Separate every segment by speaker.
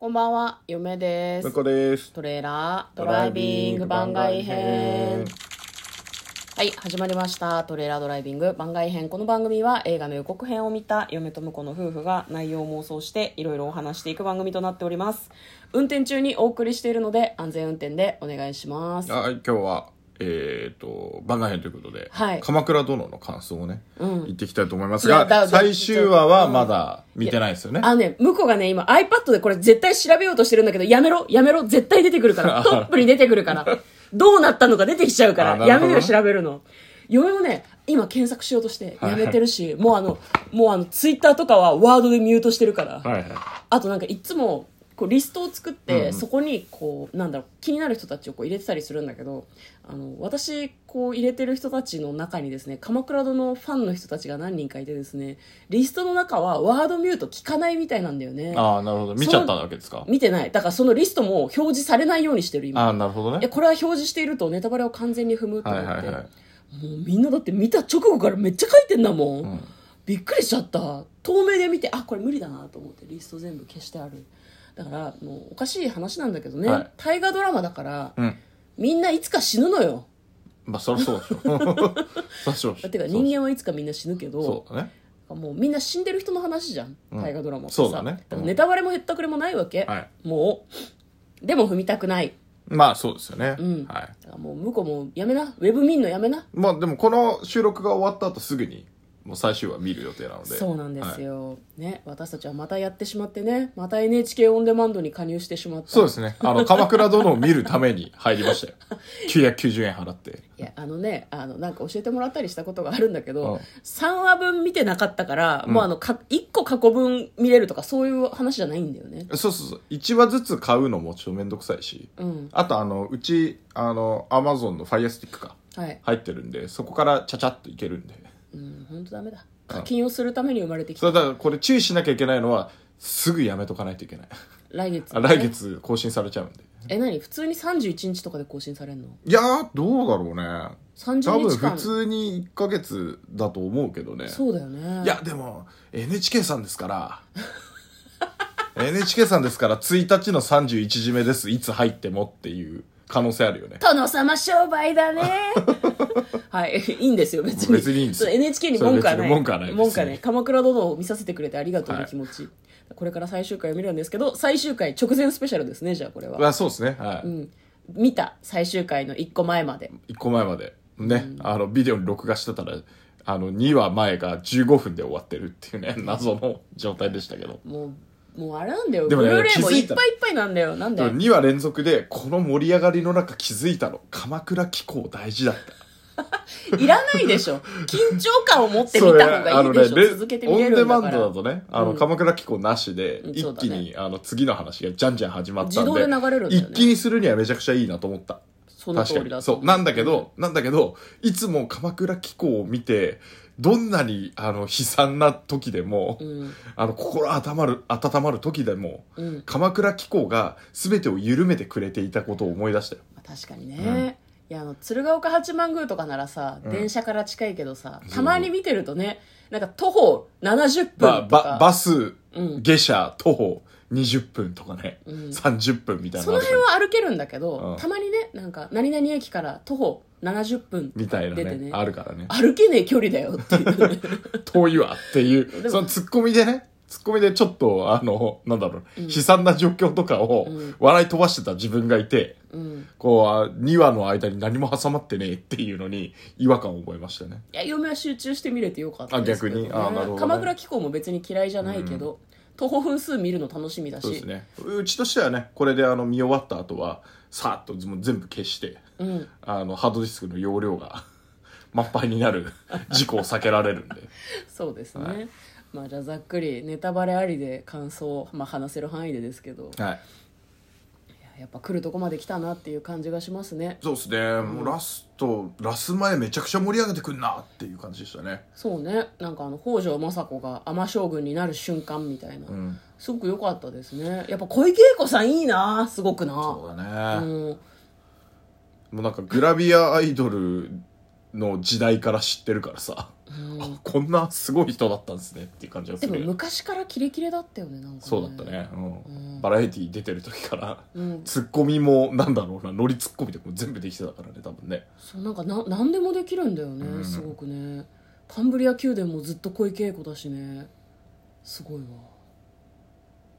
Speaker 1: こんばんは、嫁です
Speaker 2: 向。こうです。
Speaker 1: トレーラードライビング番外編。はい、始まりました。トレーラードライビング番外編。この番組は映画の予告編を見た嫁と婿の夫婦が内容を妄想していろいろお話していく番組となっております。運転中にお送りしているので安全運転でお願いします。
Speaker 2: はい、今日は、えっ、と、番外編ということで、
Speaker 1: はい
Speaker 2: 鎌倉殿の感想をね、言っていきたいと思います
Speaker 1: いやだ
Speaker 2: が、
Speaker 1: だ
Speaker 2: 最終話はまだ見てないですよね。
Speaker 1: あのね、向こうがね、今 iPad でこれ絶対調べようとしてるんだけど、やめろ、やめろ、絶対出てくる から、トップに出てくるから、どうなったのか出てきちゃうか
Speaker 2: あ
Speaker 1: ら、
Speaker 2: なる
Speaker 1: や
Speaker 2: ほど
Speaker 1: め
Speaker 2: ね
Speaker 1: ろよ、調べるの。嫁もね、今検索しようとして、やめてるし、もうあの、もうあの、ツイッターとかはワードでミュートしてるから、
Speaker 2: はいはい。
Speaker 1: あとなんかいつも、こうリストを作って、そこにこうなんだろう気になる人たちをこう入れてたりするんだけどあの私こう入れてる人たちの中にですね鎌倉殿のファンの人たちが何人かいてですねリストの中はワードミュート聞かないみたいなんだよね
Speaker 2: ああ、なるほど。見ちゃったわけですか。
Speaker 1: 見てないだからそのリストも表示されないようにしてる
Speaker 2: あ
Speaker 1: 今
Speaker 2: あ、なるほど
Speaker 1: いや
Speaker 2: ね。
Speaker 1: これは表示しているとネタバレを完全に踏むと
Speaker 2: は
Speaker 1: 思っ
Speaker 2: い
Speaker 1: て、
Speaker 2: はいはい。
Speaker 1: もうみんなだって見た直後からめっちゃ書いてんだもん、
Speaker 2: ん
Speaker 1: びっくりしちゃった透明で見てあこれ無理だなと思ってリスト全部消してあるだからもうおかしい話なんだけどね、
Speaker 2: はい
Speaker 1: 大河ドラマだから、
Speaker 2: うん。
Speaker 1: みんないつか死ぬのよ
Speaker 2: まあ、そりゃそ うでしょ。そりゃそうでしょ。
Speaker 1: だってか人間はいつかみんな死ぬけ
Speaker 2: そう
Speaker 1: ど
Speaker 2: そうだね。
Speaker 1: もうみんな死んでる人の話じゃん、
Speaker 2: うん
Speaker 1: 大河ドラマってさ
Speaker 2: そうだねう
Speaker 1: か
Speaker 2: ん
Speaker 1: らネタバレもへったくれもないわけ、
Speaker 2: はい
Speaker 1: もうでも踏みたくない
Speaker 2: まあ、そうですよね。
Speaker 1: んだ
Speaker 2: はい。
Speaker 1: からもう向こうもやめなウェブ見んのやめな
Speaker 2: まあ、でもこの収録が終わった後すぐに、もう最終話見る予定なので。
Speaker 1: そうなんですよ、ね私たちはまたやってしまってねまた NHK オンデマンドに加入してしまった
Speaker 2: そうですね。あの、鎌倉殿を見るために入り ましたよ。990円払って。
Speaker 1: いやあのねあのなんか教えてもらったりしたことがあるんだけど、
Speaker 2: うん
Speaker 1: 3話分見てなかったから、もうあのか1個過去分見れるとかそういう話じゃないんだよね
Speaker 2: そうそうそう。1話ずつ買うのもちょっとめんどくさいし。
Speaker 1: うん
Speaker 2: あと、あの、うち、あの、アマゾンのファイアスティックか。
Speaker 1: はい、
Speaker 2: 入ってるんで、そこからちゃちゃっといけるんで。
Speaker 1: うん、本当ダメだ課金をするために生まれてき
Speaker 2: そ
Speaker 1: た
Speaker 2: れだから、これ注意しなきゃいけないのは、すぐやめとかないといけない。
Speaker 1: 来月、
Speaker 2: あ来月更新されちゃうんで。
Speaker 1: え何普通に31日とかで更新されるの
Speaker 2: いやー、どうだろうね。多
Speaker 1: 30
Speaker 2: 分
Speaker 1: 日間
Speaker 2: 普通に1ヶ月だと思うけどね。
Speaker 1: そうだよね
Speaker 2: いや、でも、NHK さんです から、NHK さんですから、1日の31時目です、いつ入ってもっていう可能性あるよね。
Speaker 1: 殿様商売だね はい いいんですよ別に
Speaker 2: 別にいいんですよ
Speaker 1: そう NHK に文句は
Speaker 2: そ
Speaker 1: ない
Speaker 2: れ別に文句はないです
Speaker 1: 文句はない鎌倉殿を見させてくれてありがとう
Speaker 2: は
Speaker 1: の
Speaker 2: い
Speaker 1: 気持ち、これから最終回を見るんですけど最終回直前スペシャルですねじゃあこれは、
Speaker 2: あそうですね。は
Speaker 1: う
Speaker 2: い。
Speaker 1: ん、見た最終回の1個前まで
Speaker 2: 一個前まで。ね、あの、ビデオに録画してたら、あの、2話前が15分で終わってるっていうね、謎の状態でしたけど。
Speaker 1: もうもうあれなんだよ、
Speaker 2: でも
Speaker 1: ブ
Speaker 2: ね
Speaker 1: ルーレイも
Speaker 2: 気づ
Speaker 1: いっ
Speaker 2: いた
Speaker 1: ぱ
Speaker 2: の
Speaker 1: いいっぱいなんだよなん
Speaker 2: で
Speaker 1: だ
Speaker 2: も
Speaker 1: よ
Speaker 2: 2話連続で、この盛り上がりの中気づいたの。鎌倉紀行大事だった。
Speaker 1: いらないでし ょ緊張感を持って見
Speaker 2: そうね
Speaker 1: た方がいいでしょ、
Speaker 2: あのね
Speaker 1: 続けて見
Speaker 2: オ
Speaker 1: れ
Speaker 2: ン
Speaker 1: る
Speaker 2: デ
Speaker 1: ん
Speaker 2: マ
Speaker 1: だ
Speaker 2: ンド
Speaker 1: か
Speaker 2: だ
Speaker 1: ら
Speaker 2: とね、あの、鎌倉紀行なしで、
Speaker 1: うんそうだ
Speaker 2: 一
Speaker 1: ね
Speaker 2: 気に、あの、次の話がじゃんじゃん始まったんで。
Speaker 1: 自動で流れるんだよね
Speaker 2: 一気にするにはめちゃくちゃいいなと思った。
Speaker 1: その通り
Speaker 2: 確か
Speaker 1: だ
Speaker 2: に。
Speaker 1: と
Speaker 2: そう。なんだけど、なんだけど、いつも鎌倉紀行を見て、どんなに、あの、悲惨な時でも、
Speaker 1: うん
Speaker 2: あの、心温まる、温まる時でも、
Speaker 1: うん
Speaker 2: 鎌倉紀行が全てを緩めてくれていたことを思い出したよ。
Speaker 1: まあ確かにね、
Speaker 2: うん
Speaker 1: いやあの鶴岡八幡宮とかならさ、
Speaker 2: うん
Speaker 1: 電車から近いけどさ
Speaker 2: そう
Speaker 1: たまに見てるとねなんか徒歩70
Speaker 2: ば、
Speaker 1: 分と
Speaker 2: ば、
Speaker 1: か、
Speaker 2: バス、
Speaker 1: うん
Speaker 2: 下車、徒歩、20分とかね、
Speaker 1: うん
Speaker 2: 30分みたいな
Speaker 1: そ
Speaker 2: のあ
Speaker 1: の
Speaker 2: るじゃん。
Speaker 1: 辺は歩けるんだけど、
Speaker 2: うん
Speaker 1: たまにねなんか何々駅から徒歩70分
Speaker 2: みたいな
Speaker 1: 出て
Speaker 2: ね
Speaker 1: ね
Speaker 2: あるからね
Speaker 1: 歩けねえ距離だよっていう ね
Speaker 2: 遠いわってい
Speaker 1: でも
Speaker 2: うそのツッコミでねツッコミでちょっとあのなんだろう、
Speaker 1: うん
Speaker 2: 悲惨な状況とかを
Speaker 1: うん
Speaker 2: 笑い飛ばしてた自分がいて、
Speaker 1: うん
Speaker 2: こう2話の間に何も挟まってねえっていうのに違和感を覚えましたね
Speaker 1: いや嫁は集中して見れてよかったですけど、
Speaker 2: あ逆にあなるほどね
Speaker 1: 鎌倉紀行も別に嫌いじゃないけど、徒歩分数見るの楽しみだし
Speaker 2: そうですねうちとしてはねこれであの見終わった後はさーっともう全部消して
Speaker 1: うん、
Speaker 2: あのハードディスクの容量が満杯になる事故を避けられるんで
Speaker 1: そうですね、
Speaker 2: はい
Speaker 1: まあじゃあざっくりネタバレありで感想、まあ、話せる範囲でですけど
Speaker 2: はい
Speaker 1: やっぱ来るとこまで来たなっていう感じがしますね
Speaker 2: そうですね、もうラストラス前めちゃくちゃ盛り上げてくんなっていう感じでしたね
Speaker 1: そうねなんかあの北条政子が尼将軍になる瞬間みたいな、
Speaker 2: うん
Speaker 1: すごく良かったですねやっぱ小池栄子さんいいなすごくな
Speaker 2: そうだね、
Speaker 1: うん
Speaker 2: もうなんかグラビアアイドルの時代から知ってるからさ、あこんなすごい人だったんですねっていう感じが
Speaker 1: ですも
Speaker 2: るよ
Speaker 1: 昔からキレキレだったよねなんかね
Speaker 2: そうだったね、うん
Speaker 1: うん
Speaker 2: バラエティー出てる時から、
Speaker 1: うん
Speaker 2: ツッコミもなんだろうなノリツッコミとかも全部できてたからね多分ね
Speaker 1: そうなんかな何でもできるんだよね、
Speaker 2: うん
Speaker 1: すごくねカンブリア宮殿もずっと小池栄子だしねすごいわ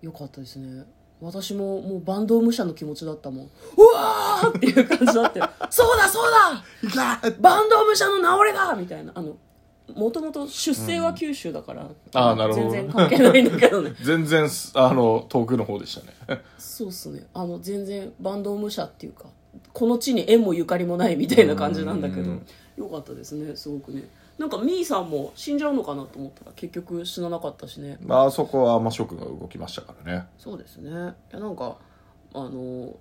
Speaker 1: よかったですね私ももうバンド無者の気持ちだったもんうわーっていう感じだって そうだそうだ
Speaker 2: いやー
Speaker 1: バンド武者の直れだみたいなあのもともと出生は九州だから、
Speaker 2: あーなるほど
Speaker 1: 全然関係ないんだけどね
Speaker 2: 全然すあの遠くの方でしたね
Speaker 1: そうっすねあの全然バンド武者っていうかこの地に縁もゆかりもないみたいな感じなんだけど
Speaker 2: うん
Speaker 1: よかったですねすごくねなんかみーさんも死んじゃうのかなと思ったら結局死ななかったしね
Speaker 2: まああそこはまあ諸君が動きましたからね
Speaker 1: そうですねいやなんかあの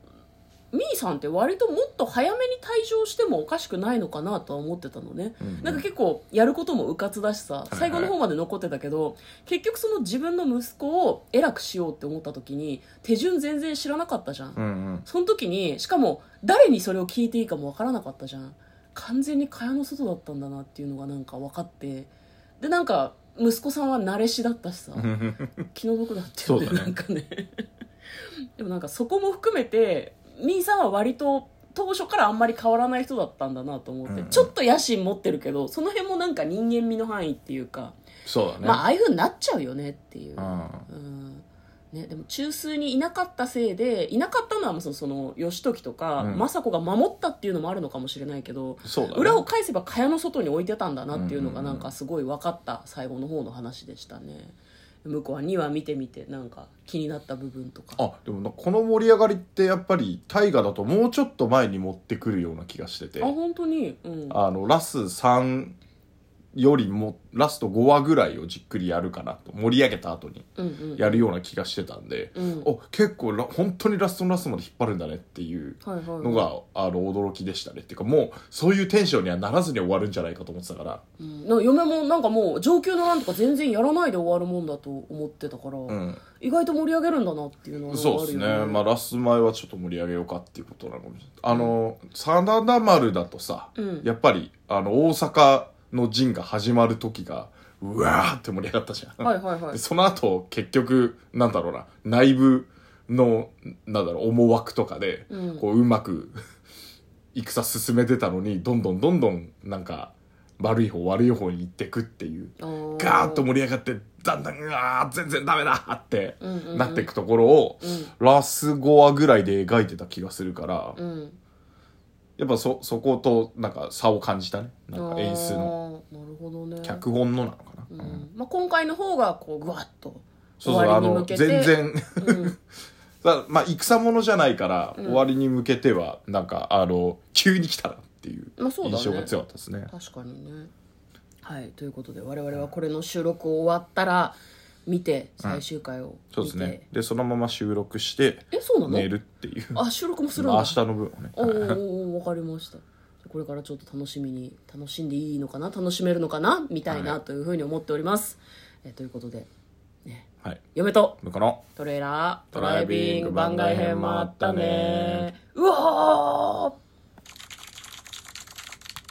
Speaker 1: みーさんって割ともっと早めに退場してもおかしくないのかなとは思ってたのね、
Speaker 2: うんうん
Speaker 1: なんか結構やることもうかつだしさ
Speaker 2: い
Speaker 1: 最後の方まで残ってたけど、結局その自分の息子を偉くしようって思った時に手順全然知らなかったじゃん、
Speaker 2: うんうん
Speaker 1: その時にしかも誰にそれを聞いていいかもわからなかったじゃん完全に蚊帳の外だったんだなっていうのがなんか分かってでなんか息子さんは慣れしだったしさ、 気の毒だったよね
Speaker 2: そうだね
Speaker 1: なんかね でもなんかそこも含めてみーさんは割と当初からあんまり変わらない人だったんだなと思って、
Speaker 2: うん
Speaker 1: ちょっと野心持ってるけどその辺もなんか人間味の範囲っていうか、
Speaker 2: そうだね、
Speaker 1: まあああいうふうになっちゃうよねっていう、
Speaker 2: うん
Speaker 1: うんね、でも中枢にいなかったせいでいなかったのはもうそのその義時とか、
Speaker 2: うん
Speaker 1: 政子が守ったっていうのもあるのかもしれないけど、
Speaker 2: そうだね
Speaker 1: 裏を返せば蚊帳の外に置いてたんだなっていうのが
Speaker 2: うんうん
Speaker 1: な
Speaker 2: うん
Speaker 1: んかすごい分かった最後の方の話でしたね向こうは2話見てみてなんか気になった部分とか
Speaker 2: あでもなこの盛り上がりってやっぱり大河だともうちょっと前に持ってくるような気がしてて
Speaker 1: 本当にうん
Speaker 2: あのラス3よりもラスト5話ぐらいをじっくりやるかなと盛り上げた後に
Speaker 1: うんうん
Speaker 2: やるような気がしてたんで、
Speaker 1: うん
Speaker 2: お結構ラ本当にラストのラストまで引っ張るんだねっていう
Speaker 1: はいはいはい
Speaker 2: のが、あの驚きでしたねっていうかもうそういうテンションにはならずに終わるんじゃないかと思ってたから、
Speaker 1: うんな嫁もなんかもう上級のなんとか全然やらないで終わるもんだと思ってたから、
Speaker 2: うん、
Speaker 1: 意外と盛り上げるんだなっていうのはなんかある
Speaker 2: そう
Speaker 1: よ
Speaker 2: ですねまあラス前はちょっと盛り上げようかっていうことなのかもしれないあの真田丸だとさ、
Speaker 1: うん
Speaker 2: やっぱりあの大阪の陣が始まる時がうわーって盛り上がったじゃん、
Speaker 1: はいはいはい
Speaker 2: でその後結局なんだろうな内部のなんだろう思惑とかで、
Speaker 1: うん
Speaker 2: こううまく戦進めてたのにどんどんどんどんなんか悪い方悪い方に行ってくっていうガーッと盛り上がってだんだんうわー全然ダメだって
Speaker 1: うんうんうん
Speaker 2: なっていくところを、ラス5話ぐらいで描いてた気がするから、
Speaker 1: うんうん
Speaker 2: やっぱそそことなんか差を感じたねなんか演出の
Speaker 1: あーなるほどね
Speaker 2: 脚本のなのかな、
Speaker 1: う
Speaker 2: うん
Speaker 1: んまあ、今回の方がこうぐわっと
Speaker 2: そう
Speaker 1: 終
Speaker 2: そう
Speaker 1: わ
Speaker 2: あ
Speaker 1: りに
Speaker 2: の
Speaker 1: 向けて
Speaker 2: 全然
Speaker 1: うん
Speaker 2: だまあ戦ものじゃないから、
Speaker 1: うん
Speaker 2: 終わりに向けてはなんかあの急に来たなっていう
Speaker 1: まあそうだね
Speaker 2: 印象が強かったですね,、
Speaker 1: 確かにねはいということで我々はこれの収録終わったら見て最終回を見て、
Speaker 2: そうですねでそのまま収録して
Speaker 1: えそうなの
Speaker 2: 寝るっていう、
Speaker 1: あ収録もするん
Speaker 2: まあ、
Speaker 1: だ
Speaker 2: 明日の分をね
Speaker 1: おーおーおーわかりましたこれからちょっと楽しみに楽しんでいいのかな楽しめるのかなみたい
Speaker 2: は
Speaker 1: ないというふうに思っております、えということで
Speaker 2: はい
Speaker 1: 嫁と
Speaker 2: 向こうの
Speaker 1: トレーラード
Speaker 2: ドライビング番外編もあったね
Speaker 1: うわー